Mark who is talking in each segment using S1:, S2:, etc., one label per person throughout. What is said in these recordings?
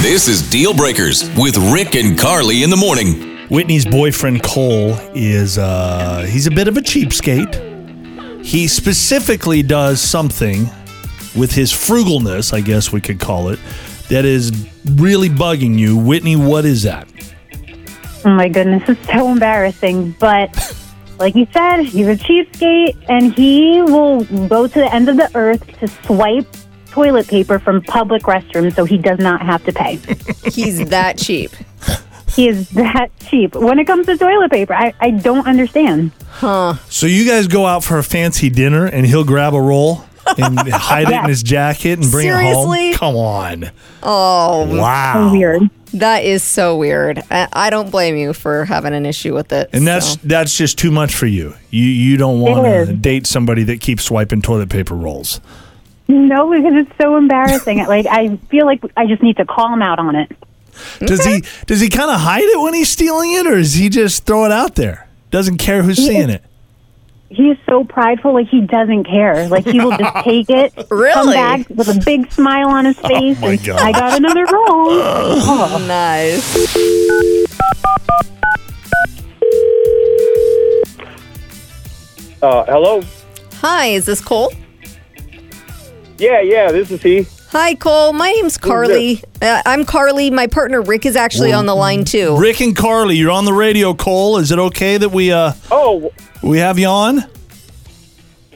S1: This is Deal Breakers with Rick and Carly in the morning.
S2: Whitney's boyfriend Cole is uh he's a bit of a cheapskate. He specifically does something with his frugalness, I guess we could call it, that is really bugging you. Whitney, what is that?
S3: Oh my goodness, it's so embarrassing. But like you said, he's a cheapskate and he will go to the end of the earth to swipe toilet paper from public restrooms so he does not have to pay.
S4: He's that cheap.
S3: he is that cheap. When it comes to toilet paper, I, I don't understand.
S2: So you guys go out for a fancy dinner and he'll grab a roll and hide it in
S3: Yes.
S2: his jacket and bring it home.
S4: Seriously?
S2: Come on.
S4: Oh,
S2: Wow.
S3: Weird.
S4: that is so weird. I, I don't blame you for having an issue with it.
S2: And that's
S4: so.
S2: that's just too much for you. You you don't want
S3: is.
S2: to date somebody that keeps swiping toilet paper rolls.
S3: No, because it's so embarrassing. like I feel like I just need to call him out on it.
S2: Does he does he kind of hide it when he's stealing it, or does he just throw it out there? Doesn't care who's seeing it.
S3: He is so prideful, like he doesn't care. Like he will just take it, come
S4: Really?
S3: back with a big smile on his face.
S2: my
S3: and,
S2: God.
S3: I got another roll.
S4: nice.
S5: Uh, hello.
S4: Hi, is this Cole?
S5: Yeah, yeah, this is he.
S4: Hi, Cole. My name's Carly. Uh, I'm Carly. My partner Rick is actually on the line too.
S2: Rick and Carly, you're on the radio. Cole, is it okay that we uh
S5: Oh,
S2: we have you on?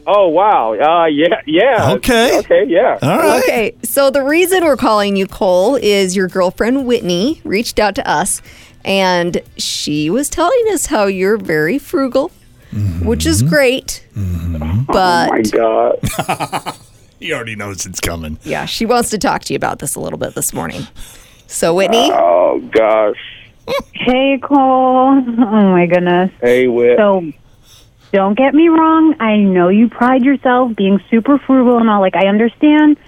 S5: oh, wow. Uh, yeah, yeah.
S2: Okay.
S5: Okay, yeah.
S2: All right.
S4: Okay, so the reason we're calling you Cole is your girlfriend Whitney reached out to us and she was telling us how you're very frugal,
S2: Mm-hmm.
S4: which is great. But
S5: My God.
S2: He already knows it's coming.
S4: yeah, she wants to talk to you about this a little bit this morning. So, Whitney,
S5: Oh gosh.
S3: Hey, Cole. Oh my goodness.
S5: Hey, Whit.
S3: So, don't get me wrong. I know you pride yourself being super frugal and all. Like I understand,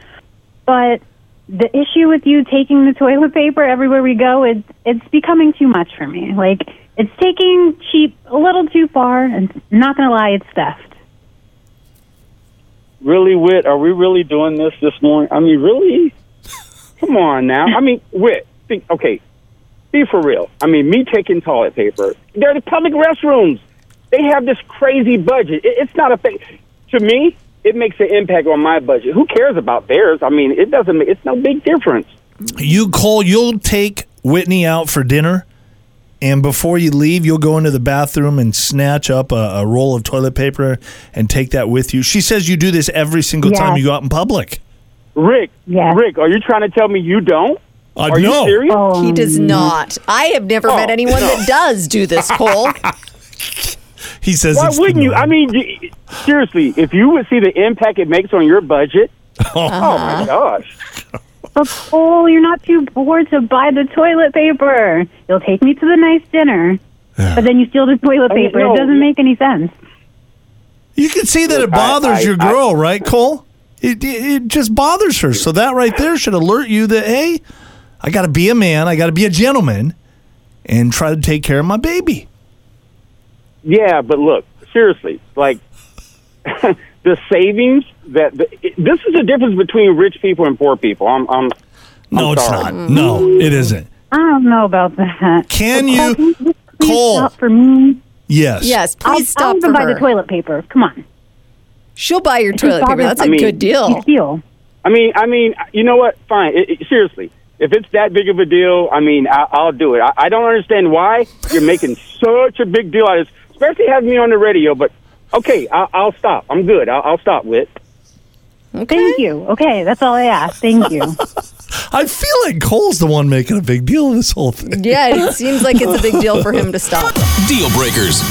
S3: but the issue with you taking the toilet paper everywhere we go is it's becoming too much for me. Like it's taking cheap a little too far, and not gonna lie, it's theft.
S5: really, Whit? Are we really doing this this morning? I mean, really? Come on now. I mean, Whit. Think. Okay. Be for real. I mean, me taking toilet paper. They're the public restrooms. They have this crazy budget. It, it's not a thing. To me, it makes an impact on my budget. Who cares about theirs? I mean, it doesn't. Make, it's no big difference.
S2: You, Cole, you'll take Whitney out for dinner, and before you leave, you'll go into the bathroom and snatch up a, a roll of toilet paper and take that with you. She says you do this every single
S3: Yes.
S2: time you go out in public.
S5: Rick,
S3: Yes.
S5: Rick, are you trying to tell me you don't?
S2: Uh,
S5: Are
S2: no.
S5: you serious?
S3: Oh,
S4: he does not. I have never met
S5: Oh,
S4: anyone that does do this, Cole.
S2: He says,
S5: Why
S2: it's the
S5: wouldn't you?
S2: norm.
S5: I mean, y- seriously, if you would see the impact it makes on your budget, oh my gosh.
S3: But Cole, you're not too bored to buy the toilet paper. You'll take me to the nice dinner, but then you steal the toilet
S5: I mean,
S3: paper.
S5: no,
S3: it doesn't
S5: you-
S3: make any sense.
S2: You can see that it
S5: I-
S2: bothers
S5: I-
S2: your
S5: I-
S2: girl, right, Cole? It, it it just bothers her. So that right there should alert you that hey, I got to be a man, I got to be a gentleman, and try to take care of my baby.
S5: Yeah, but look, seriously, like the savings that the, it- this is the difference between rich people and poor people. I'm, I'm
S2: No, it's
S5: sorry.
S2: not. No, it isn't.
S3: I don't know about that.
S2: Can
S3: But
S2: you-
S3: Cole? Can you just please
S2: Cole.
S3: stop for me?
S2: Yes.
S4: yes, please
S3: I'll,
S4: stop
S3: I'll even
S4: for
S3: buy
S4: her.
S3: the toilet paper. Come on,
S4: She'll buy your
S3: Just
S4: toilet
S3: buy
S4: paper.
S3: the-
S4: That's a
S3: I
S5: mean,
S4: good
S3: you
S4: deal.
S3: steal.
S5: I mean, I mean, you know what? Fine. It, it- seriously, if it's that big of a deal, I mean, I, I'll do it. I, I don't understand why you're making such a big deal out of this, especially having me on the radio. But okay, I, I'll stop. I'm good. I, I'll stop with.
S3: Thank you. Okay, that's all I ask. Thank you.
S2: I feel like Cole's the one making a big deal of this whole thing.
S4: Yeah, it seems like it's a big deal for him to stop.
S1: Deal Breakers.